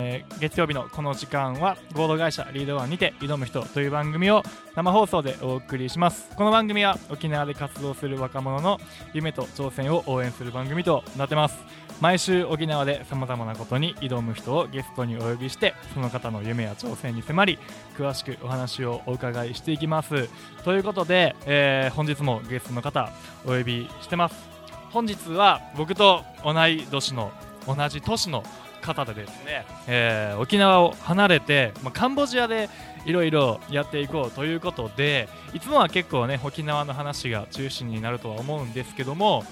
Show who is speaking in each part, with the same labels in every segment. Speaker 1: えー月曜日のこの時間は合同会社リードワンにて挑む人という番組を生放送でお送りしますこの番組は沖縄で活動する若者の夢と挑戦を応援する番組となってます毎週沖縄でさまざまなことに挑む人をゲストにお呼びしてその方の夢や挑戦に迫り詳しくお話をお伺いしていきますということで、えー本日もゲストの方お呼びしてます本日は僕と同い年の同じ都市の方でですね、えー沖縄を離れて、まあ、カンボジアでいろいろやっていこうということでいつもは結構ね沖縄の話が中心になるとは思うんですけども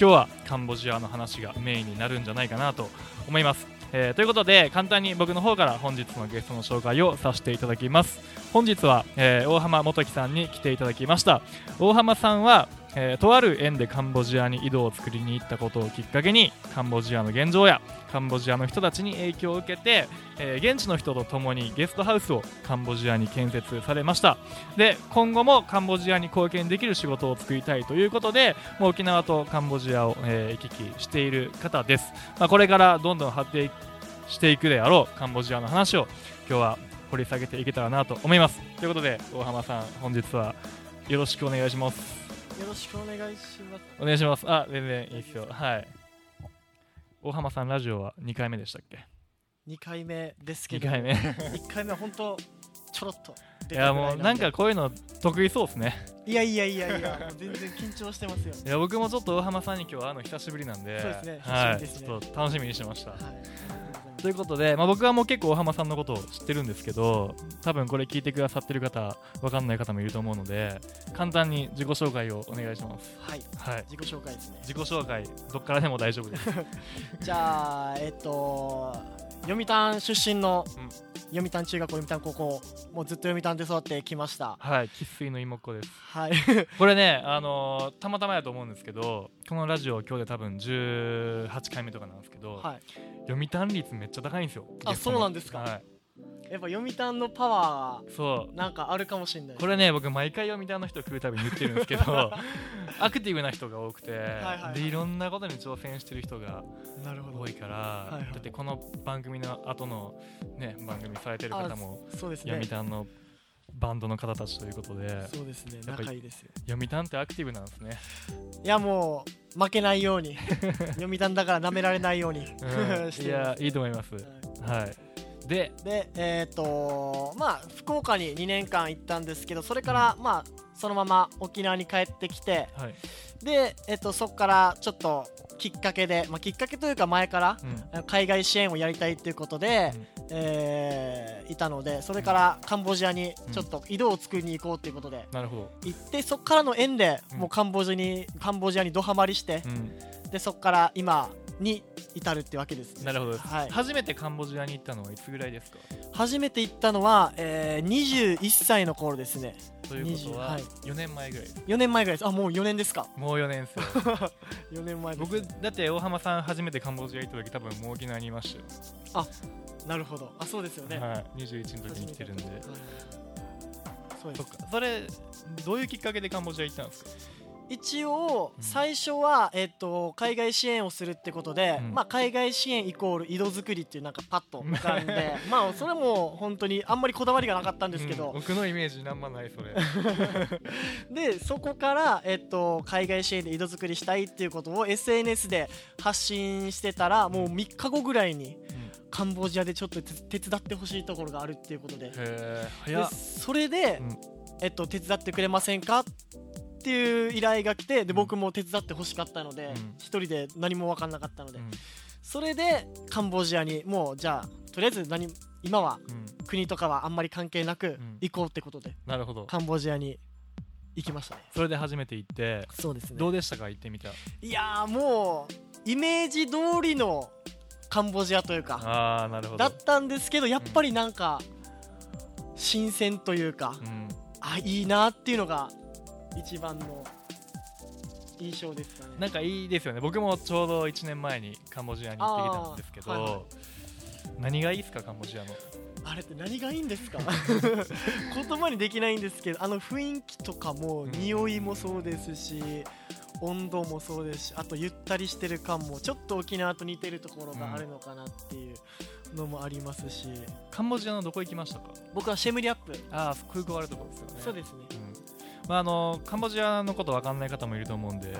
Speaker 1: 今日はカンボジアの話がメインになるんじゃないかなと思います、えーということで簡単に僕の方から本日のゲストの紹介をさせていただきます本日は、えー大浜元樹さんに来ていただきました大浜さんは、えーとある縁でカンボジアに井戸を作りに行ったことをきっかけにカンボジアの現状やカンボジアの人たちに影響を受けて、えー現地の人と共にゲストハウスをカンボジアに建設されましたで今後もカンボジアに貢献できる仕事を作りたいということでもう沖縄とカンボジアを、えー行き来している方です、まあ、これからどんどん発展していくであろうカンボジアの話を今日は掘り下げていけたらなと思いますということで大浜さん本日はよろしくお願いします
Speaker 2: よろしくお願いします。
Speaker 1: お願いしますあ全然いいですよはい大浜さんラジオは2回目でしたっけ
Speaker 2: 二回目ですけ
Speaker 1: 2
Speaker 2: ど、
Speaker 1: 回 目い
Speaker 2: 一回目は本当ちょろっと出たぐら
Speaker 1: やもうなんかこういうの得意そうです ね
Speaker 2: いやいやいやいや、もう全然緊張してますよ。
Speaker 1: いや僕もちょっと大浜さんに今日会うの久しぶりなんで
Speaker 2: そうですね
Speaker 1: は
Speaker 2: 久しぶり
Speaker 1: い、
Speaker 2: ですね
Speaker 1: ちょっと楽しみにしてました
Speaker 2: はい。
Speaker 1: ということで、まあ、僕はもう結構大浜さんのことを知ってるんですけど多分これ聞いてくださってる方わかんない方もいると思うので簡単に自己紹介をお願いします
Speaker 2: はい、
Speaker 1: はい
Speaker 2: 自己紹介ですね。
Speaker 1: 自己紹介どっからでも大丈夫です
Speaker 2: じゃあえっと読谷出身の
Speaker 1: うん
Speaker 2: 読谷中学校読谷高校もうずっと読谷で育ってきました。
Speaker 1: はい生粋の妹子です
Speaker 2: はい。
Speaker 1: これね、あのーたまたまやと思うんですけどこのラジオ今日で多分18回目とかなんですけど、
Speaker 2: はい。
Speaker 1: 読谷率めっちゃ高いんですよ
Speaker 2: あ
Speaker 1: ゲストの
Speaker 2: そうなんですか
Speaker 1: はい、
Speaker 2: やっぱ読谷のパワ
Speaker 1: そう
Speaker 2: ーなんかあるかもしれない。
Speaker 1: これね僕毎回読谷の人来るたびに言ってるんですけどアクティブな人が多くて
Speaker 2: はいは
Speaker 1: で
Speaker 2: い
Speaker 1: いろんなことに挑戦してる人が
Speaker 2: なるほど
Speaker 1: 多い。から、
Speaker 2: いはい
Speaker 1: だってこの番組の後のね番組されてる方も
Speaker 2: そうですね
Speaker 1: 読。谷のバンドの方たちということで
Speaker 2: そうですね。
Speaker 1: やっぱり
Speaker 2: 仲いいですよ。
Speaker 1: 読谷ってアクティブなんですね
Speaker 2: いやもう負けないよう に読谷だから舐められないように、
Speaker 1: うん
Speaker 2: し
Speaker 1: い
Speaker 2: てま
Speaker 1: や
Speaker 2: す
Speaker 1: いいと思います、はいで
Speaker 2: でえっ、とまあ福岡に2年間行ったんですけどそれから、まあそのまま沖縄に帰ってきて
Speaker 1: はい、
Speaker 2: で、えっとそこからちょっときっかけで、まあ、きっかけというか前から
Speaker 1: うん
Speaker 2: あの海外支援をやりたいということで、えーいたのでそれからカンボジアにちょっと井戸を作りに行こうということで
Speaker 1: なるほど、
Speaker 2: 行ってそこからの縁で
Speaker 1: うん
Speaker 2: もうカンボジアにカンボジアにドハマりして
Speaker 1: う、ん、
Speaker 2: でそこから今に至るってわけですね
Speaker 1: なるほどです、
Speaker 2: はい、
Speaker 1: 初めてカンボジアに行ったのはいつぐらいですか
Speaker 2: 初めて行ったのは、えー、21歳の頃ですね
Speaker 1: ということ
Speaker 2: 20
Speaker 1: は
Speaker 2: はい
Speaker 1: 4年前ぐらいです
Speaker 2: 4年前ぐらいですあもう4年ですか
Speaker 1: もう4年ですよ
Speaker 2: 4年前です
Speaker 1: 僕だって大浜さん初めてカンボジア行った時多分もう沖縄にいましたよ、
Speaker 2: なるほどあそうですよね、
Speaker 1: はい、21の時
Speaker 2: 初め
Speaker 1: に来てるんで
Speaker 2: はいそうで
Speaker 1: そっ
Speaker 2: す
Speaker 1: かそれどういうきっかけでカンボジア行ったんですか
Speaker 2: 一応
Speaker 1: うん
Speaker 2: 最初は、えっと海外支援をするってことで、
Speaker 1: うん
Speaker 2: まあ、海外支援イコール井戸作りっていうなんかパッと浮か んでまあそれも本当にあんまりこだわりがなかったんですけ
Speaker 1: うん
Speaker 2: ど、
Speaker 1: 僕のイメージなんもないそ れ
Speaker 2: でそこから、えっと、海外支援で井戸作りしたいっていうことを SNS で発信してたらもう3日後ぐらいにカンボジアでちょっと手手伝ってほしいところがあるっていうことで
Speaker 1: へえ
Speaker 2: で
Speaker 1: 早っ
Speaker 2: それで、
Speaker 1: うん
Speaker 2: えっと、手伝ってくれませんかっていう依頼が来てで僕も手伝ってほしかったので、
Speaker 1: うん
Speaker 2: 一人で何も分かんなかったので、
Speaker 1: うん
Speaker 2: それでカンボジアにもうじゃあとりあえず何今は
Speaker 1: うん
Speaker 2: 国とかはあんまり関係なく
Speaker 1: ん
Speaker 2: 行こうってことで、
Speaker 1: なるほど
Speaker 2: カンボジアに行きましたね。
Speaker 1: それで初めて行って
Speaker 2: そうですね
Speaker 1: どうでしたか行ってみた
Speaker 2: いやーもうイメージ通りのカンボジアというか
Speaker 1: ああなるほど
Speaker 2: だったんですけどやっぱりなんか新鮮というか、
Speaker 1: うん
Speaker 2: あいいなっていうのが一番の印象ですかね
Speaker 1: なんかいいですよね僕もちょうど1年前にカンボジアに行ってきたんですけど、
Speaker 2: あーはいは
Speaker 1: 何がいいですかカンボジアの
Speaker 2: あれって何がいい んですか 言葉にできないんですけどあの雰囲気とかも
Speaker 1: うん
Speaker 2: 匂いもそうですし温度もそうですしあとゆったりしてる感もちょっと沖縄と似てるところがあるのかなっていうのもありますし、
Speaker 1: カンボジアのどこ行きましたか
Speaker 2: 僕はシェムリアップ、
Speaker 1: ああ空港あるところですよね
Speaker 2: そうですね
Speaker 1: まあ、あのカンボジアのこと分かんない方もいると思うんで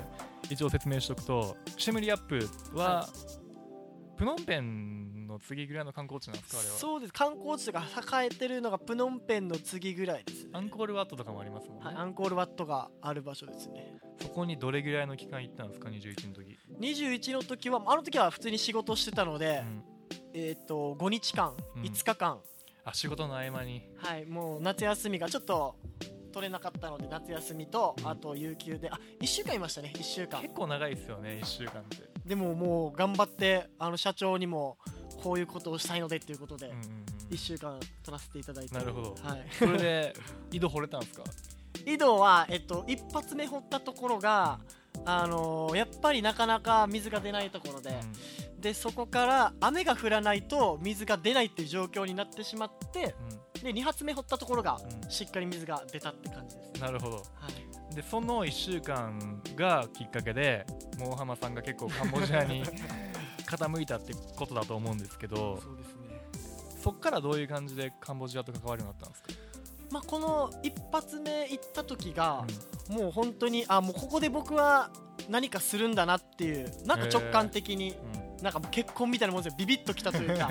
Speaker 1: 一応説明しておくとシェムリアップは、
Speaker 2: は
Speaker 1: プノンペンの次ぐらいの観光地なんですかあれは
Speaker 2: そうです観光地とか栄えてるのがプノンペンの次ぐらいですね
Speaker 1: アンコールワットとかもありますもんね、
Speaker 2: はい、アンコールワットがある場所ですね
Speaker 1: そこにどれぐらいの期間行ったんですか21の時、
Speaker 2: 21の時はあの時は普通に仕事してたの
Speaker 1: う
Speaker 2: で、
Speaker 1: ん、
Speaker 2: えっ、と5日間
Speaker 1: うん
Speaker 2: 5日間、
Speaker 1: あ仕事の合間に
Speaker 2: はいもう夏休みがちょっと取れなかったので夏休みとあと有給であ1週間いましたね1週間
Speaker 1: 結構長いですよね1週間って、
Speaker 2: でももう頑張ってあの社長にもこういうことをしたいのでっていうことで、
Speaker 1: うんうんう
Speaker 2: 1
Speaker 1: ん、
Speaker 2: 週間取らせていただいて
Speaker 1: なるほど
Speaker 2: はい、
Speaker 1: それで井戸掘れたんですか
Speaker 2: 井戸は、えっと、一発目掘ったところが、あのーやっぱりなかなか水が出ないところで、
Speaker 1: う
Speaker 2: でそこから雨が降らないと水が出ないっていう状況になってしまって
Speaker 1: ん
Speaker 2: で2発目掘ったところが、
Speaker 1: うん
Speaker 2: しっかり水が出たって感じです
Speaker 1: うん、なるほど
Speaker 2: はい、
Speaker 1: でその1週間がきっかけでモーハマさんが結構カンボジア に傾いたってことだと思うんですけど
Speaker 2: そうですね
Speaker 1: そっからどういう感じでカンボジアと関わるようになったんですか、
Speaker 2: まあ、この一発目行った時が、もう本当にあもうここで僕は何かするんだなっていうなんか直感的に、
Speaker 1: うんうん
Speaker 2: なんかもう結婚みたいなもんですよビビッときたというか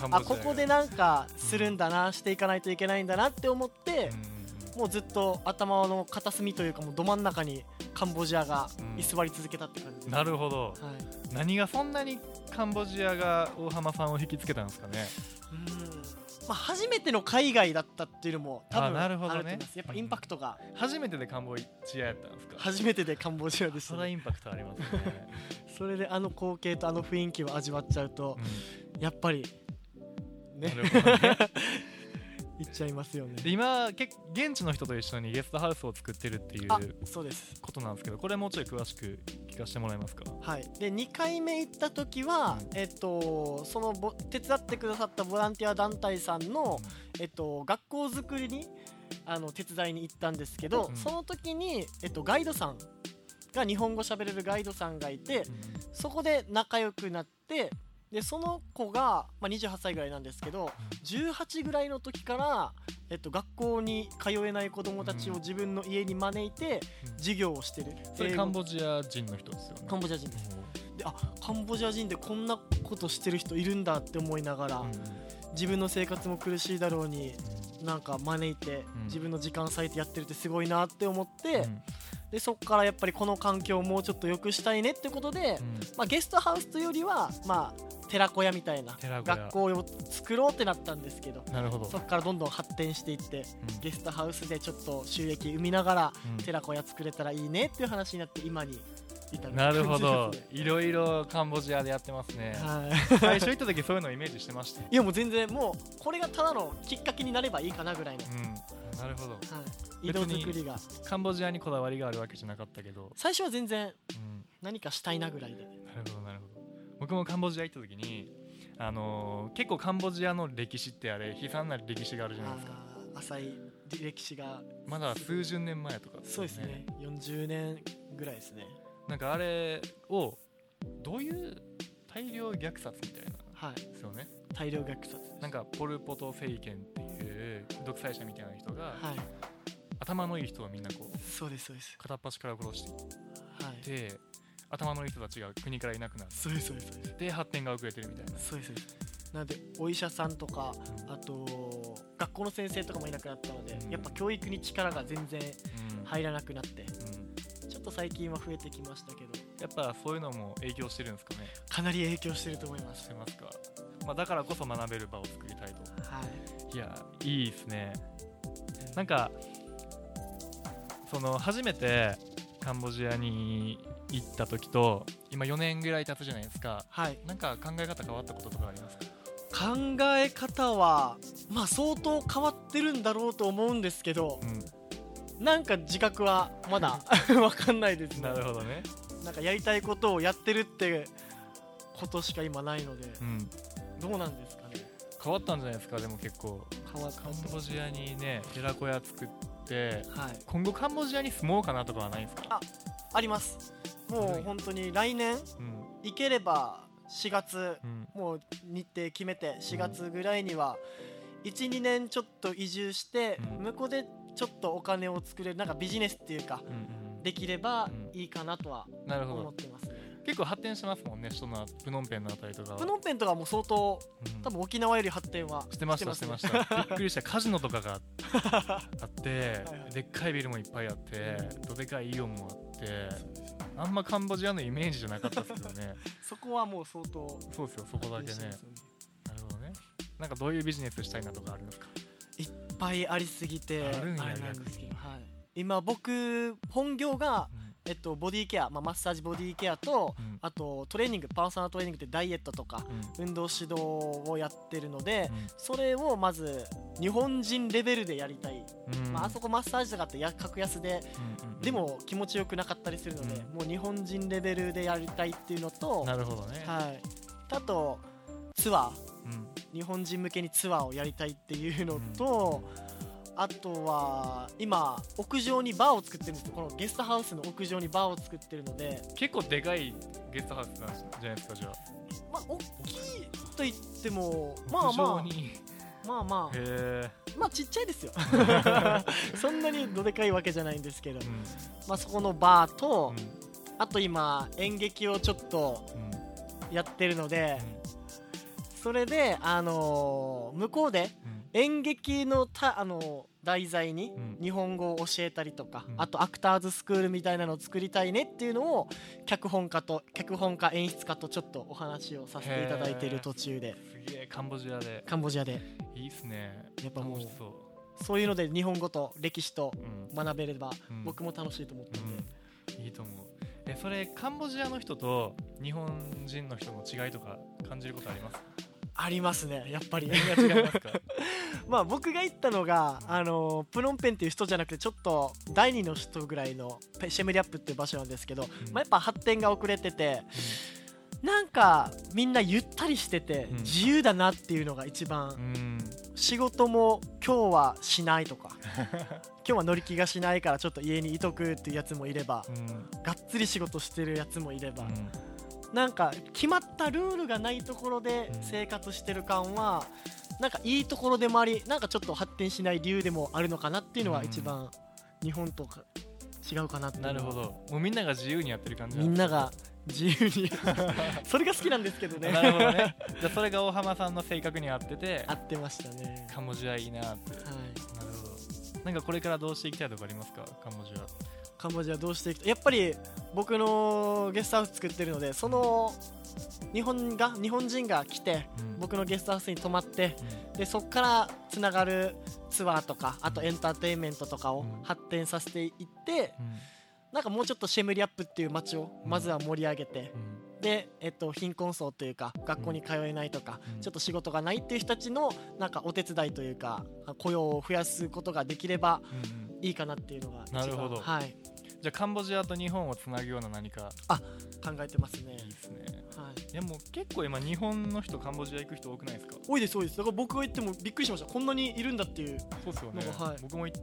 Speaker 1: カンボ
Speaker 2: あ
Speaker 1: ジア
Speaker 2: ここでなんかするんだな、していかないといけないんだなって思って、もうずっと頭の片隅というかもうど真ん中にカンボジアが
Speaker 1: うん
Speaker 2: 居座り続けたって感じです、
Speaker 1: なるほど
Speaker 2: はい、
Speaker 1: 何がそんなにカンボジアが大浜さんを引きつけたんですかね
Speaker 2: うんまあ、初めての海外だったっていうのも多分
Speaker 1: あな
Speaker 2: あ
Speaker 1: る
Speaker 2: ると
Speaker 1: ほどね
Speaker 2: 思いますやっぱインパクトが
Speaker 1: 初めてでカンボジアやったんですか
Speaker 2: 初めてでカンボジアでした
Speaker 1: それは
Speaker 2: ね
Speaker 1: インパクトあります ね、
Speaker 2: それであの光景とあの雰囲気を味わっちゃうとやっぱり
Speaker 1: うん
Speaker 2: ね
Speaker 1: なるほどね
Speaker 2: 行っちゃいますよね
Speaker 1: で今け現地の人と一緒にゲストハウスを作ってるっていう
Speaker 2: あそうです
Speaker 1: ことなんですけどこれもうちょい詳しく聞かせてもらえますか
Speaker 2: はい、で2回目行った時は、
Speaker 1: うん
Speaker 2: えっと、そのボ手伝ってくださったボランティア団体さんの、えっと、学校づくりにあの手伝いに行ったんですけど、
Speaker 1: うん
Speaker 2: その時に、えっと、ガイドさんが日本語喋れるガイドさんがいてそこで仲良くなってでその子が、まあ、28歳ぐらいなんですけど18ぐらいの時から、えっと、学校に通えない子どもたちを自分の家に招いて
Speaker 1: うん
Speaker 2: 授業をしてる、
Speaker 1: それ
Speaker 2: 英語
Speaker 1: カンボジア人の人ですよね
Speaker 2: カンボジア人ですであカンボジア人でこんなことしてる人いるんだって思いながら、
Speaker 1: うんうん
Speaker 2: 自分の生活も苦しいだろうになんか招いて、
Speaker 1: うん
Speaker 2: 自分の時間割いてやってるってすごいなって思って、
Speaker 1: うん
Speaker 2: でそこからやっぱりこの環境をもうちょっと良くしたいねってことで、
Speaker 1: うん
Speaker 2: まあ、ゲストハウスというよりは、まあ、寺子屋みたいな
Speaker 1: 寺子屋
Speaker 2: 学校を作ろうってなったんですけど
Speaker 1: なるほど
Speaker 2: そこからどんどん発展していって
Speaker 1: うん
Speaker 2: ゲストハウスでちょっと収益生みながら
Speaker 1: うん
Speaker 2: 寺子屋作れたらいいねっていう話になって今に至る
Speaker 1: なるほ
Speaker 2: 感
Speaker 1: ど
Speaker 2: じですね
Speaker 1: いろいろカンボジアでやってますね
Speaker 2: はい
Speaker 1: 最初行った時そういうのイメージしてました
Speaker 2: いやもう全然もうこれがただのきっかけになればいいかなぐらいの、
Speaker 1: うんなるほど
Speaker 2: はい、移
Speaker 1: 別
Speaker 2: 動
Speaker 1: に
Speaker 2: 作りが
Speaker 1: カンボジアにこだわりがあるわけじゃなかったけど
Speaker 2: 最初は全然
Speaker 1: うん
Speaker 2: 何かしたいなぐらいで、
Speaker 1: なるほどなるほど僕もカンボジア行った時にあのー結構カンボジアの歴史ってあれ悲惨な歴史があるじゃないですか
Speaker 2: あー浅い歴史が
Speaker 1: まだ数十年前とか
Speaker 2: そうですね40年ぐらいですね
Speaker 1: なんかあれをどういう大量虐殺みたいな
Speaker 2: はい
Speaker 1: ですよね
Speaker 2: 大量虐殺
Speaker 1: なんかポル・ポト政権っていう独裁者みたいな人が
Speaker 2: はい
Speaker 1: 頭のいい人をみんなこう
Speaker 2: そうですそうです
Speaker 1: 片っ端から殺してい
Speaker 2: はい
Speaker 1: って頭のいい人たちが国からいなくなっ
Speaker 2: そうですそうですそうです
Speaker 1: て発展が遅れてるみたいな
Speaker 2: そうですそうですなんでお医者さんとかあと学校の先生とかもいなくなったので、
Speaker 1: うん
Speaker 2: やっぱ教育に力が全然
Speaker 1: うん
Speaker 2: 入らなくなって
Speaker 1: うん
Speaker 2: ちょっと最近は増えてきましたけど
Speaker 1: やっぱそういうのも影響してるんですかね
Speaker 2: かなり影響してると思います
Speaker 1: してますか、まあ、だからこそ学べる場を作りたいと
Speaker 2: はい
Speaker 1: やいいですねなんかその初めてカンボジアに行った時と今4年ぐらい経つじゃないですか
Speaker 2: い、はい、
Speaker 1: なんか考え方変わったこととかありますか
Speaker 2: 考え方はまあ相当変わってるんだろうと思うんですけどなんか自覚はまだ わかんないですね
Speaker 1: なるほどね、
Speaker 2: なんかやりたいことをやってるってことしか今ないので
Speaker 1: うん、
Speaker 2: どうなんですかね
Speaker 1: 変わったんじゃないですかでも結構
Speaker 2: 変わった
Speaker 1: カン
Speaker 2: と
Speaker 1: ボジアにね寺子屋作って
Speaker 2: はい
Speaker 1: 今後カンボジアに住もうかなとかはないんですか
Speaker 2: あありますもう本当に来年
Speaker 1: うん
Speaker 2: 行ければ4月
Speaker 1: うん
Speaker 2: もう日程決めて4月ぐらいには12年ちょっと移住して
Speaker 1: うん
Speaker 2: 向こうでちょっとお金を作れるなんかビジネスっていうか
Speaker 1: うん
Speaker 2: できれば
Speaker 1: うん
Speaker 2: いいかなとは
Speaker 1: なるほ
Speaker 2: 思
Speaker 1: ど
Speaker 2: ってますね
Speaker 1: 結構発展してますもんね首都のプノンペンのあたりとかは
Speaker 2: プノンペンとかも相当
Speaker 1: うん
Speaker 2: 多分沖縄より発展は
Speaker 1: してましたしてま したびっくりしたカジノとかがあって
Speaker 2: はいはい
Speaker 1: でっかいビルもいっぱいあってどでかいイオンもあってあんまカンボジアのイメージじゃなかったですけど ね
Speaker 2: そこはもう相当
Speaker 1: そうですよそこだけねなるほどねなんかどういうビジネスしたいなとかあるんですか
Speaker 2: いっぱいありすぎて
Speaker 1: あるんや
Speaker 2: れなんですけど、はい、今僕本業が、えっと、ボディケア、まあ、マッサージボディケアと
Speaker 1: うん
Speaker 2: あとトレーニングパーソナルトレーニングってダイエットとか
Speaker 1: うん
Speaker 2: 運動指導をやってるので
Speaker 1: うん
Speaker 2: それをまず日本人レベルでやりたい、
Speaker 1: うん
Speaker 2: まあ、あそこマッサージとかってや格安で
Speaker 1: うんうんうん
Speaker 2: でも気持ちよくなかったりするので、
Speaker 1: うん
Speaker 2: もう日本人レベルでやりたいっていうのと、
Speaker 1: なるほどね
Speaker 2: はい、あとツアー
Speaker 1: うん
Speaker 2: 日本人向けにツアーをやりたいっていうのと、あとは今屋上にバーを作ってるんですこのゲストハウスの屋上にバーを作ってるので、
Speaker 1: 結構でかいゲストハウスなんじゃないですかじゃあ
Speaker 2: まあ、大きいと言ってもまあ
Speaker 1: 屋上
Speaker 2: ま
Speaker 1: に
Speaker 2: あまあま
Speaker 1: へ
Speaker 2: あ
Speaker 1: え
Speaker 2: まあちっちゃいですよ そんなにどでかいわけじゃないんですけど、
Speaker 1: う
Speaker 2: まあ、そこのバーと
Speaker 1: ん、
Speaker 2: あと今演劇をちょっと
Speaker 1: うんうん
Speaker 2: やってるのでそれで、あのー向こうで演劇のたあの題材に
Speaker 1: うん
Speaker 2: 日本語を教えたりとか、
Speaker 1: うん
Speaker 2: あとアクターズスクールみたいなのを作りたいねっていうのを脚本家と脚本家演出家とちょっとお話をさせていただいている途中で
Speaker 1: うんすげえカンボジアで
Speaker 2: カンボジアで
Speaker 1: いいっすね
Speaker 2: やっぱも
Speaker 1: 楽
Speaker 2: う
Speaker 1: しそ
Speaker 2: そういうので日本語と歴史と
Speaker 1: ううん
Speaker 2: 学べれば
Speaker 1: うん
Speaker 2: 僕も楽しいと思ってるんで、
Speaker 1: うんいいと思うえそれカンボジアの人と日本人の人の違いとか感じることありますか
Speaker 2: ありますねやっぱり
Speaker 1: 何が違いますか
Speaker 2: まあ僕が行ったのがあのプノンペンっていう人じゃなくてちょっと第二の人ぐらいのペシェムリアップっていう場所なんですけど、まあ、やっぱ発展が遅れてて、なんかみんなゆったりしてて
Speaker 1: うん
Speaker 2: 自由だなっていうのが一番、
Speaker 1: うん
Speaker 2: 仕事も今日はしない とか今日は乗り気がしないからちょっと家にいとくっていうやつもいれば
Speaker 1: うんうん
Speaker 2: がっつり仕事してるやつもいれば、
Speaker 1: うん
Speaker 2: なんか決まったルールがないところで
Speaker 1: うん
Speaker 2: 生活してる感はなんかいいところでもありなんかちょっと発展しない理由でもあるのかなっていうのは一番日本とか違うかなっていうの
Speaker 1: な
Speaker 2: は
Speaker 1: るほどもうみんなが自由にやってる感じ
Speaker 2: みんなが自由 にそれが好きなんですけどね
Speaker 1: なるほど ねじゃあそれが大浜さんの性格に合ってて
Speaker 2: 合ってましたね。
Speaker 1: カンボジアいいなって
Speaker 2: は
Speaker 1: な
Speaker 2: い
Speaker 1: るほどなんかこれからどうしていきたいとかありますかカンボジア
Speaker 2: カンボジアどうしていくとやっぱり僕のゲストハウス作ってるのでその日本が日本人が来て
Speaker 1: うん
Speaker 2: 僕のゲストハウスに泊まって
Speaker 1: う
Speaker 2: でそこからつながるツアーとかあとエンターテインメントとか
Speaker 1: う
Speaker 2: を
Speaker 1: ん
Speaker 2: 発展させていって
Speaker 1: ん
Speaker 2: なんかもうちょっとシェムリアップっていう街を
Speaker 1: うん
Speaker 2: まずは盛り上げて
Speaker 1: うん
Speaker 2: で、えっと、貧困層というか学校に通えないとか
Speaker 1: うん
Speaker 2: ちょっと仕事がないっていう人たちのなんかお手伝いというか雇用を増やすことができれば
Speaker 1: うんうん
Speaker 2: いいかなっていうのが一番
Speaker 1: なるほど
Speaker 2: はい、
Speaker 1: じゃあカンボジアと日本をつなぐような何か
Speaker 2: 考えてますね
Speaker 1: いいですね
Speaker 2: はい
Speaker 1: いやもう結構今日本の人カンボジア行く人多くないですか
Speaker 2: 多いです多いですだから僕が行ってもびっくりしましたこんなにいるんだっていう
Speaker 1: そうですよね
Speaker 2: なんかはい
Speaker 1: 僕も行っ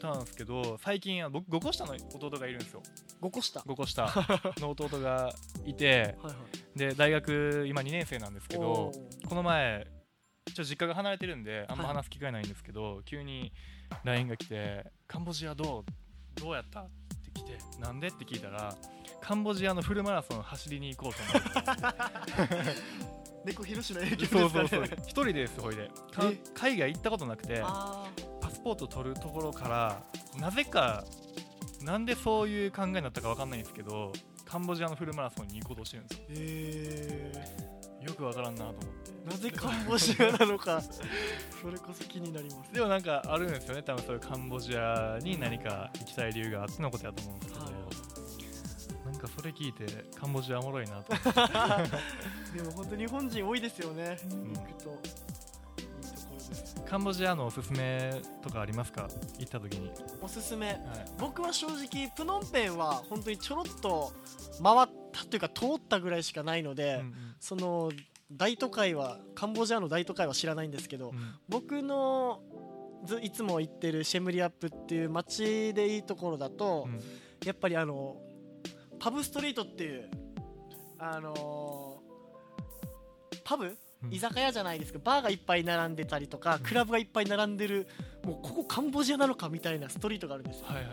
Speaker 1: たんですけど最近あ僕5個下の弟がいるんですよ
Speaker 2: 5個下は
Speaker 1: 5個下 の弟がいて
Speaker 2: いはい
Speaker 1: で大学今2年生なんですけど
Speaker 2: おー
Speaker 1: この前ちょっと実家が離れてるんであんま
Speaker 2: はい
Speaker 1: 話す機会ないんですけど、急に LINE が来て「カンボジアどうどうやった?」って来て「なんで?」って聞いたら「カンボジアのフルマラソン走りに行こうと思 って
Speaker 2: 猫ひろしの影響ですか
Speaker 1: そ
Speaker 2: ね
Speaker 1: うそう そう一人ですほいでか
Speaker 2: え
Speaker 1: 海外行ったことなくて
Speaker 2: あ
Speaker 1: パスポート取るところからなぜかなんでそういう考えになったかわかんないんですけどカンボジアのフルマラソンに行こうとしてるんですよ
Speaker 2: ーえ
Speaker 1: よくわからんなと思って
Speaker 2: ー、なぜカンボジアなのか それこそ気になります
Speaker 1: でもなんかあるんですよね多分そういうカンボジアに何か行きたい理由があってのことやと思うんですけど、
Speaker 2: は
Speaker 1: なんかそれ聞いてカンボジアおもろいなと思って
Speaker 2: でも本当日本人多いですよね、
Speaker 1: ん
Speaker 2: 行くといいところです
Speaker 1: カンボジアのおすすめとかありますか行った時に、
Speaker 2: おすすめ
Speaker 1: はい
Speaker 2: 僕は正直プノンペンは本当にちょろっと回ったというか通ったぐらいしかないので、
Speaker 1: うん
Speaker 2: その大都会はカンボジアの大都会は知らないんですけど、
Speaker 1: うんうん
Speaker 2: 僕のずいつも行ってるシェムリアップっていう街でいいところだと、
Speaker 1: うん
Speaker 2: やっぱりあのパブストリートっていうあのーパブ
Speaker 1: うん
Speaker 2: 居酒屋じゃないですけどバーがいっぱい並んでたりとかクラブがいっぱい並んでるもうここカンボジアなのかみたいなストリートがあるんですよ
Speaker 1: はいはいはい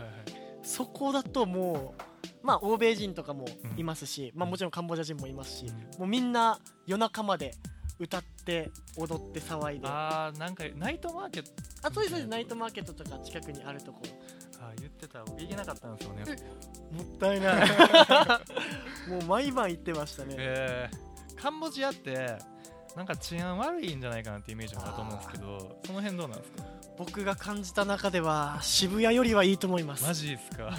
Speaker 2: そこだともうまあ欧米人とかも
Speaker 1: うん
Speaker 2: いますし、まあ、もちろんカンボジア人もいますし、
Speaker 1: う
Speaker 2: もうみんな夜中まで歌って踊って騒いであ
Speaker 1: あーなんかナイトマーケット
Speaker 2: そうですそうですナイトマーケットとか近くにあるとこ
Speaker 1: あー言ってた僕行けなかったんですよね
Speaker 2: もったい ないもう毎晩行ってましたね、
Speaker 1: えー、カンボジアってなんか治安悪いんじゃないかなってイメージもあると思うんですけどその辺どうなんですか
Speaker 2: 僕が感じた中では渋谷よりはいいと思います
Speaker 1: マジですか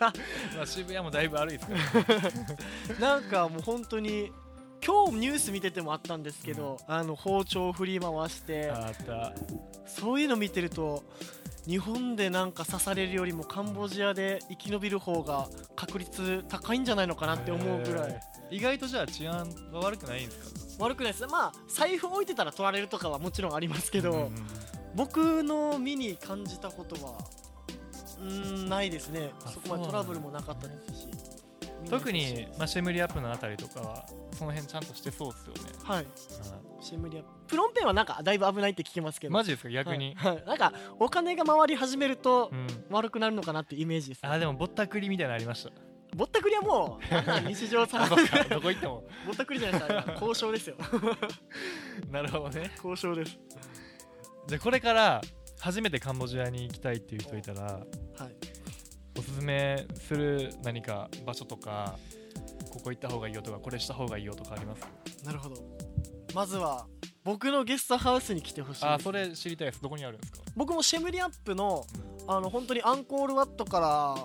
Speaker 1: まあ渋谷もだいぶ悪いですから
Speaker 2: なんかもう本当に今日ニュース見ててもあったんですけど、あの包丁を振り回して
Speaker 1: あった
Speaker 2: そういうの見てると日本でなんか刺されるよりもカンボジアで生き延びる方が確率高いんじゃないのかなって思うぐらい、
Speaker 1: えー意外とじゃあ治安は悪くないんですか
Speaker 2: 悪くないですまあ財布置いてたら取られるとかはもちろんありますけど、
Speaker 1: うんうん
Speaker 2: 僕の身に感じたことはうーんないですね
Speaker 1: あ
Speaker 2: そこまでトラブルもなかったですし
Speaker 1: 特に、まあ、シェムリアップのあたりとかはその辺ちゃんとしてそうですよね、
Speaker 2: はいシェムリアプロンペンはなんかだいぶ危ないって聞きますけど
Speaker 1: マジですか逆に、
Speaker 2: はいはいなんかお金が回り始めると
Speaker 1: うん
Speaker 2: 悪くなるのかなってイメージです、
Speaker 1: あーでもぼったくりみたいなのありま した
Speaker 2: ぼったくりはもうあんな日常さぼ
Speaker 1: どこ行っても
Speaker 2: ったくりじゃないですかあれは交渉ですよ
Speaker 1: なるほどね
Speaker 2: 交渉です
Speaker 1: じゃあこれから初めてカンボジアに行きたいっていう人いたら
Speaker 2: はい
Speaker 1: おすすめする何か場所とかここ行った方がいいよとかこれした方がいいよとかあります
Speaker 2: なるほどまずは僕のゲストハウスに来てほしいです
Speaker 1: あーそれ知りたいですどこにあるんですか、
Speaker 2: 僕もシェムリアップのあの本当にアンコールワットから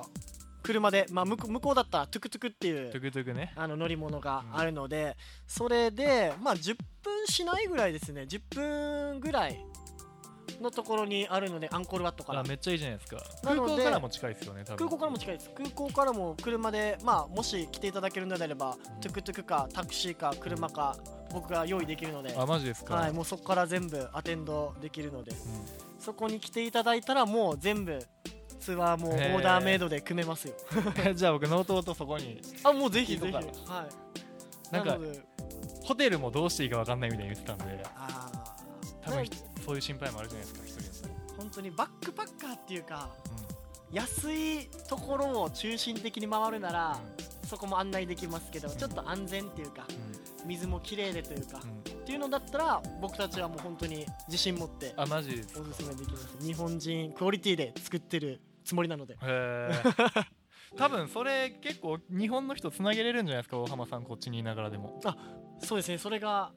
Speaker 2: 車で、まあ、向こう向こうだったらトゥクトゥクってい
Speaker 1: トゥ
Speaker 2: う
Speaker 1: クトゥクね
Speaker 2: あの乗り物があるので、それで、まあ、10分しないぐらいですね10分ぐらいのところにあるのでアンコールワットから
Speaker 1: あめっちゃいいじゃないですか空
Speaker 2: なので
Speaker 1: 港からも近いですよね多分
Speaker 2: 空港からも近いです空港からも車で、まあ、もし来ていただけるのであれば、
Speaker 1: うん
Speaker 2: トゥクトゥクかタクシーか車か僕が用意できるので、
Speaker 1: あマジですか、
Speaker 2: はい、もうそこから全部アテンドできるので
Speaker 1: うん
Speaker 2: そこに来ていただいたらもう全部ツアーもオ
Speaker 1: へー
Speaker 2: ーダーメイドで組めますよ
Speaker 1: じゃあ僕ノートとそこに
Speaker 2: あもうぜひ
Speaker 1: いい
Speaker 2: ぜ
Speaker 1: の
Speaker 2: ひ
Speaker 1: か
Speaker 2: は
Speaker 1: ないなんか
Speaker 2: なので
Speaker 1: ホテルもどうしていいか分かんないみたいに言ってたんで
Speaker 2: あー
Speaker 1: 多
Speaker 2: な
Speaker 1: 分
Speaker 2: んか
Speaker 1: そういう心配もあるじゃないですか一人だと
Speaker 2: 本当にバックパッカーっていうか安いところを中心的に回るなら、そこも案内できますけど、
Speaker 1: ん
Speaker 2: ちょっと安全っていうか
Speaker 1: うん
Speaker 2: 水も綺麗でというか、
Speaker 1: うんうん
Speaker 2: っていうのだったら僕たちはもう本当に自信持って
Speaker 1: あマジです
Speaker 2: おすすめできます日本人クオリティで作ってるつもりなので
Speaker 1: へえ 多分それ結構日本の人つなげれるんじゃないですか大浜さんこっちにいながらでも
Speaker 2: そうですねそれが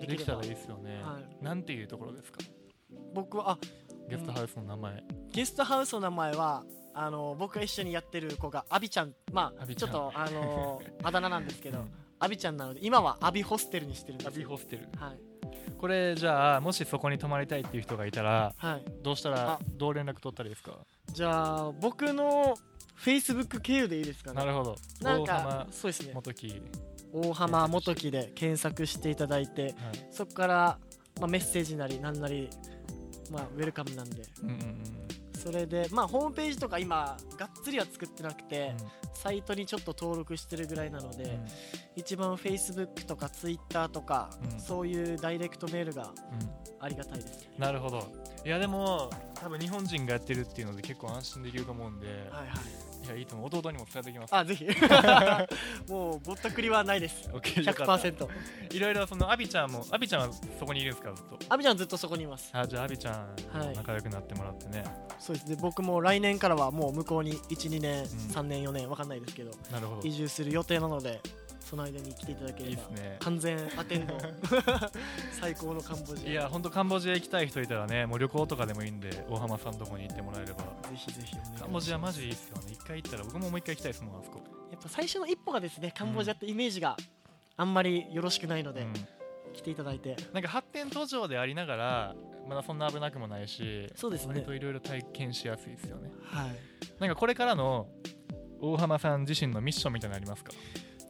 Speaker 2: で
Speaker 1: で
Speaker 2: きれ
Speaker 1: きた
Speaker 2: ば
Speaker 1: らいいですよね、
Speaker 2: は
Speaker 1: なんていうところですか
Speaker 2: 僕はあ
Speaker 1: ゲストハウスの名前、
Speaker 2: ゲストハウスの名前はあの僕が一緒にやってる子がアビちゃんま
Speaker 1: ア
Speaker 2: あ
Speaker 1: ビち
Speaker 2: ち
Speaker 1: ゃ
Speaker 2: ょ
Speaker 1: ん
Speaker 2: っと あのあだ名なんですけ
Speaker 1: う
Speaker 2: ど
Speaker 1: ん
Speaker 2: アビちゃんなので今はアビホステルにしてるんです
Speaker 1: アビホステル
Speaker 2: はい
Speaker 1: これじゃあもしそこに泊まりたいっていう人がいたら
Speaker 2: はい
Speaker 1: どうしたら
Speaker 2: あ
Speaker 1: どう連絡取ったらいいですか
Speaker 2: じゃあ僕のフェイスブック経由でいいですか
Speaker 1: な
Speaker 2: ね
Speaker 1: るほど
Speaker 2: なん
Speaker 1: 大
Speaker 2: か
Speaker 1: 浜
Speaker 2: そうですね
Speaker 1: 元木、はい
Speaker 2: 大浜元木で検索していただいてそこから、まあ、メッセージなりなんなり、まあ、ウェルカムなんで
Speaker 1: うんうんうん
Speaker 2: それで、まあ、ホームページとか今がっつりは作ってなく
Speaker 1: う
Speaker 2: て
Speaker 1: ん、
Speaker 2: サイトにちょっと登録してるぐらいなので、
Speaker 1: うん
Speaker 2: 一番 Facebook とか Twitter とか、
Speaker 1: うん
Speaker 2: そういうダイレクトメールが
Speaker 1: うん
Speaker 2: ありがたいです、
Speaker 1: なるほどいやでも多分日本人がやってるっていうので結構安心できると思うんで、
Speaker 2: はいはい
Speaker 1: い、やいいと思う弟にも伝えてきます
Speaker 2: あぜひもうぼったくりはないです
Speaker 1: オッケ ーよかった
Speaker 2: 100%
Speaker 1: いろいろそのアビちゃんもアビちゃんはそこにいるんですかずっと
Speaker 2: アビちゃんずっとそこにいます
Speaker 1: あじゃあアビちゃん
Speaker 2: はい
Speaker 1: 仲良くなってもらってね、
Speaker 2: そうですね僕も来年からはもう向こうに12年、
Speaker 1: ん
Speaker 2: 3年4年わかんないですけど
Speaker 1: なるほど
Speaker 2: 移
Speaker 1: い
Speaker 2: 住する予定なのでその間に来ていただければ
Speaker 1: いですね
Speaker 2: 完全アテ ンド最高のカンボジア
Speaker 1: いやほんとカンボジア行きたい人いたらねもう旅行とかでもいいんで大浜さんとこに行ってもらえれば
Speaker 2: ぜひぜひお願いします
Speaker 1: カンボジアマジいいっすよね一回行ったら僕ももう一回行きたいですもんあそこ、
Speaker 2: やっぱ最初の一歩がですねカンボジアってイメージがあんまりよろしくないの
Speaker 1: う
Speaker 2: で、
Speaker 1: ん、
Speaker 2: 来ていただいて
Speaker 1: なんか発展途上でありながらまだそんな危なくもないし
Speaker 2: そうですね
Speaker 1: 割といろいろ体験しやすいですよね
Speaker 2: はい
Speaker 1: なんかこれからの大浜さん自身のミッションみたいなのありますか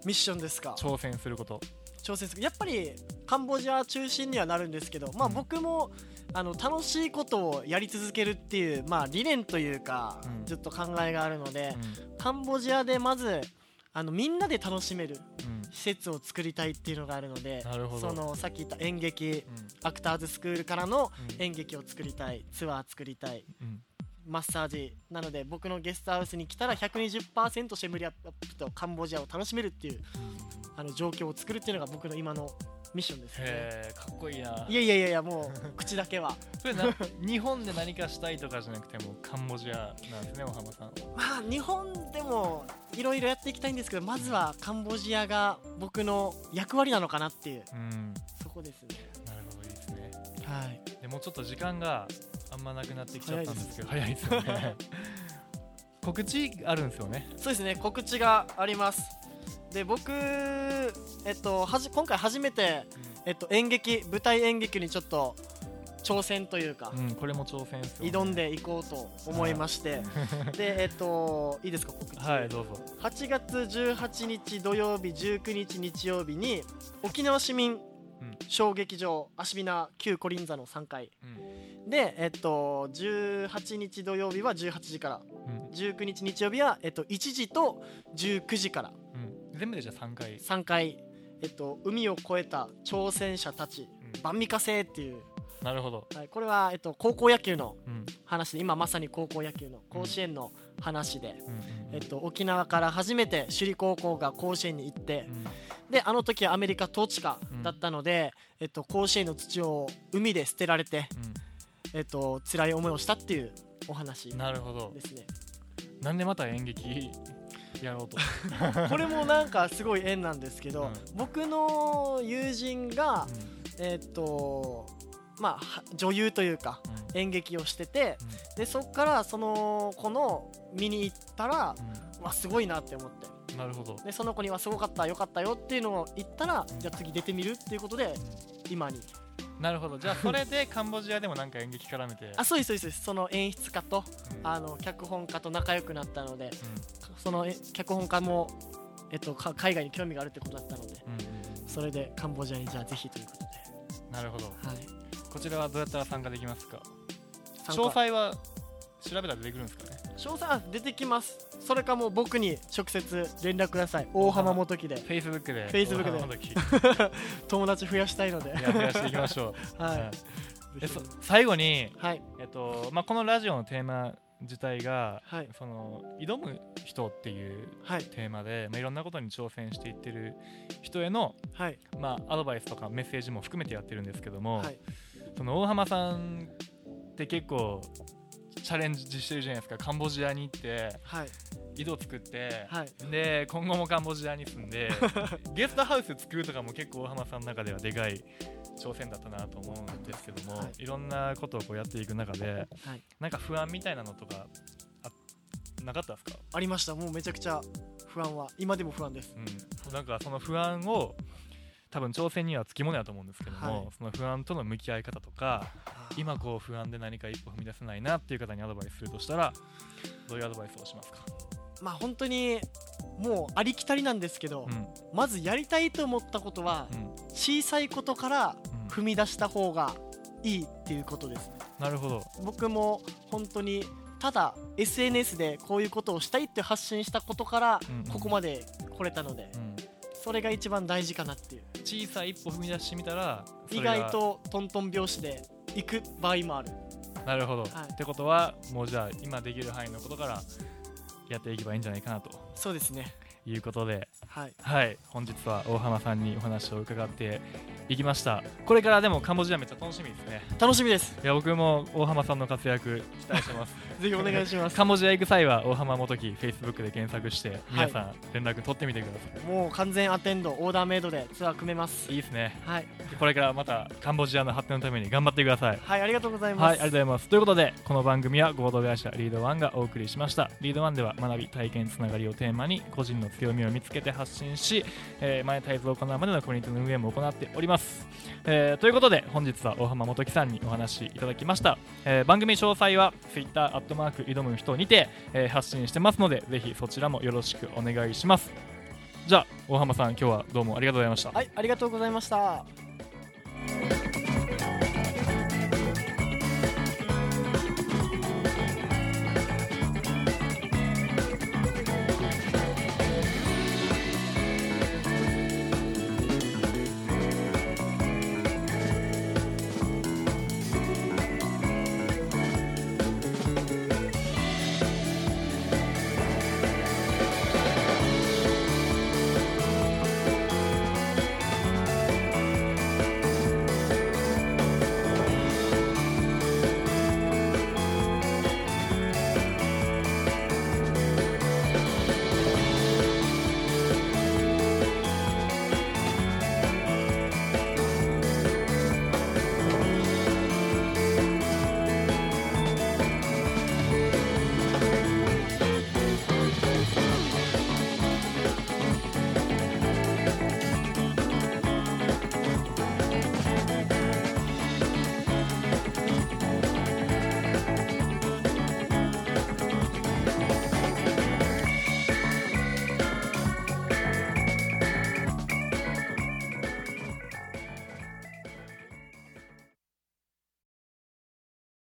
Speaker 2: ミッションですか
Speaker 1: 挑戦すること
Speaker 2: 挑戦するやっぱりカンボジア中心にはなるんですけど、まあ、
Speaker 1: うん
Speaker 2: 僕もあの楽しいことをやり続けるっていう、まあ、理念というか、
Speaker 1: うん
Speaker 2: ずっと考えがあるので
Speaker 1: う、ん
Speaker 2: カンボジアでまずあのみんなで楽しめる
Speaker 1: うん
Speaker 2: 施設を作りたいっていうのがあるので
Speaker 1: なるほど
Speaker 2: そのさっき言った演劇
Speaker 1: うん
Speaker 2: アクターズスクールからの
Speaker 1: うん
Speaker 2: 演劇を作りたいツアー作りたい
Speaker 1: うん
Speaker 2: マッサージなので僕のゲストハウスに来たら120%シェムリアップとカンボジアを楽しめるっていうあの状況を作るっていうのが僕の今のミッションですね
Speaker 1: へえかっこいいない
Speaker 2: やいやいやいやもう口だけは
Speaker 1: それな日本で何かしたいとかじゃなくてもうカンボジアなんですねおはまさん
Speaker 2: まあ日本でもいろいろやっていきたいんですけどまずはカンボジアが僕の役割なのかなっていう
Speaker 1: うん
Speaker 2: そこですね
Speaker 1: なるほどいいですね
Speaker 2: はい
Speaker 1: でもうちょっと時間があんまなくなってきちゃったんですけど早いです
Speaker 2: ね
Speaker 1: よね 告知あるんですよね
Speaker 2: そうですね告知がありますで僕、えっと、はじ今回初めて、えっと、演劇舞台演劇にちょっと挑戦というか、
Speaker 1: うんこれも挑戦ですよね
Speaker 2: 挑んでいこうと思いまして、でえっといいですか告知、
Speaker 1: はいどうぞ
Speaker 2: 8月18日土曜日19日日曜日に沖縄市民
Speaker 1: うん
Speaker 2: 小劇場アシビナ旧コリンザの3階
Speaker 1: うん
Speaker 2: で、えっと、18日土曜日は18時から
Speaker 1: うん
Speaker 2: 19日日曜日は、えっと、1時と19時から
Speaker 1: うん全部でじゃあ3回
Speaker 2: 3回、えっと、海を越えた挑戦者たち
Speaker 1: うん
Speaker 2: 万味化星っていう、
Speaker 1: なるほど
Speaker 2: はい、これは、えっと、高校野球の
Speaker 1: うん
Speaker 2: 話で今まさに高校野球の甲子園の話で、
Speaker 1: うん
Speaker 2: えっと、沖縄から初めて首里高校が甲子園に行ってであの時はアメリカ統治下だったので、えっと、甲子園の土を海で捨てられて、えっと辛い思いをしたっていうお話
Speaker 1: うんなるほど
Speaker 2: ですね。
Speaker 1: なんでまた演劇 やろうと
Speaker 2: これもなんかすごい縁なんですけど、
Speaker 1: うん
Speaker 2: 僕の友人が、えっとまあは女優というか
Speaker 1: うん
Speaker 2: 演劇をしててでそこからその子の見に行ったら
Speaker 1: うん
Speaker 2: わすごいなって思って
Speaker 1: うんなるほど
Speaker 2: でその子にはすごかったよかったよっていうのを言ったら、
Speaker 1: うん
Speaker 2: じゃあ次出てみるっていうことで今に
Speaker 1: なるほどじゃあそれでカンボジアでもなんか演劇絡めて
Speaker 2: あそうですそうですそうですその演出家と
Speaker 1: うん
Speaker 2: あの脚本家と仲良くなったので
Speaker 1: う
Speaker 2: そのえ脚本家も、えっと、か海外に興味があるってことだったの
Speaker 1: ん
Speaker 2: で
Speaker 1: うん
Speaker 2: それでカンボジアにじゃあぜひということで、
Speaker 1: うんなるほど
Speaker 2: はい、
Speaker 1: こちらはどうやったら参加できますか
Speaker 2: 参加
Speaker 1: 詳細は調べたら出てくるんですかね
Speaker 2: 詳細あ出てきますそれかもう僕に直接連絡ください大浜元樹で
Speaker 1: Facebook で
Speaker 2: Facebook で
Speaker 1: この時い
Speaker 2: 友達増やしたいので
Speaker 1: や増やしていきましょ う
Speaker 2: は
Speaker 1: うん
Speaker 2: い
Speaker 1: えそ最後に
Speaker 2: はい
Speaker 1: えっとまあこのラジオのテーマ自体が
Speaker 2: はい
Speaker 1: その挑む人っていう
Speaker 2: はい
Speaker 1: テーマで、まあ、いろんなことに挑戦していってる人への、
Speaker 2: はい
Speaker 1: まあ、アドバイスとかメッセージも含めてやってるんですけども、
Speaker 2: はい
Speaker 1: その大浜さんって結構チャレンジしてるじゃないですかカンボジアに行って
Speaker 2: はい
Speaker 1: 井戸作って、
Speaker 2: はい
Speaker 1: で今後もカンボジアに住ん でゲストハウス作るとかも結構大浜さんの中ではでかい挑戦だったなと思うんですけども、
Speaker 2: はい
Speaker 1: い、ろんなことをこうやっていく中で
Speaker 2: はい
Speaker 1: なんか不安みたいなのとかあなかったですか、
Speaker 2: ありましたもうめちゃくちゃ不安は今でも不安です
Speaker 1: うん、なんかその不安を多分挑戦にはつきものやと思うんですけども、
Speaker 2: はい
Speaker 1: その不安との向き合い方とか
Speaker 2: あー
Speaker 1: 今こう不安で何か一歩踏み出せないなっていう方にアドバイスするとしたらどういうアドバイスをしますか、
Speaker 2: まあ本当にもうありきたりなんですけど、
Speaker 1: うんうん
Speaker 2: まずやりたいと思ったことは小さいことから
Speaker 1: うん
Speaker 2: 踏み出した方がいいっていうことです
Speaker 1: なるほど、
Speaker 2: 僕も本当にただ SNS でこういうことをしたいって発信したことから
Speaker 1: うんうん
Speaker 2: ここまで来れたので
Speaker 1: うん、
Speaker 2: それが一番大事かなっていう
Speaker 1: 小さい一歩踏み出してみたらそ
Speaker 2: 意
Speaker 1: れが
Speaker 2: 外とトントン拍子で行く場合もある
Speaker 1: なるほど、
Speaker 2: はい
Speaker 1: ってことはもうじゃあ今できる範囲のことからやっていけばいいんじゃないかなと
Speaker 2: そうですね
Speaker 1: いうことで
Speaker 2: はい
Speaker 1: はい本日は大浜さんにお話を伺っていきましたこれからでもカンボジアめっちゃ楽しみですね
Speaker 2: 楽しみです
Speaker 1: いや僕も大浜さんの活躍期待してます
Speaker 2: ぜ ひお願いします
Speaker 1: カンボジア行く際は大浜元樹 Facebook で検索して皆さん連絡取ってみてくださ
Speaker 2: もう完全アテンドオーダーメイドでツアー組めま
Speaker 1: い、
Speaker 2: す
Speaker 1: いいですね
Speaker 2: はい
Speaker 1: これからまたカンボジアの発展のために頑張ってください
Speaker 2: はいありがとうござい
Speaker 1: はい、あ
Speaker 2: ま
Speaker 1: り
Speaker 2: す
Speaker 1: がとうございます。ということで、この番組は合同会社リードワンがお送りしました。リードワンでは学び、体験、つながりをテーマに、個人の強みを見つけて発信し、えーマネタイズを行うまでのコミュニティの運営も行っております。えーということで、本日は大浜元樹さんにお話いただきました。えー番組詳細は Twitter、アットマーク、挑む人にて、えー発信してますので、ぜひそちらもよろしくお願いします。じゃあ、大浜さん、今日はどうもありがとうございました。
Speaker 2: はいありがとうございました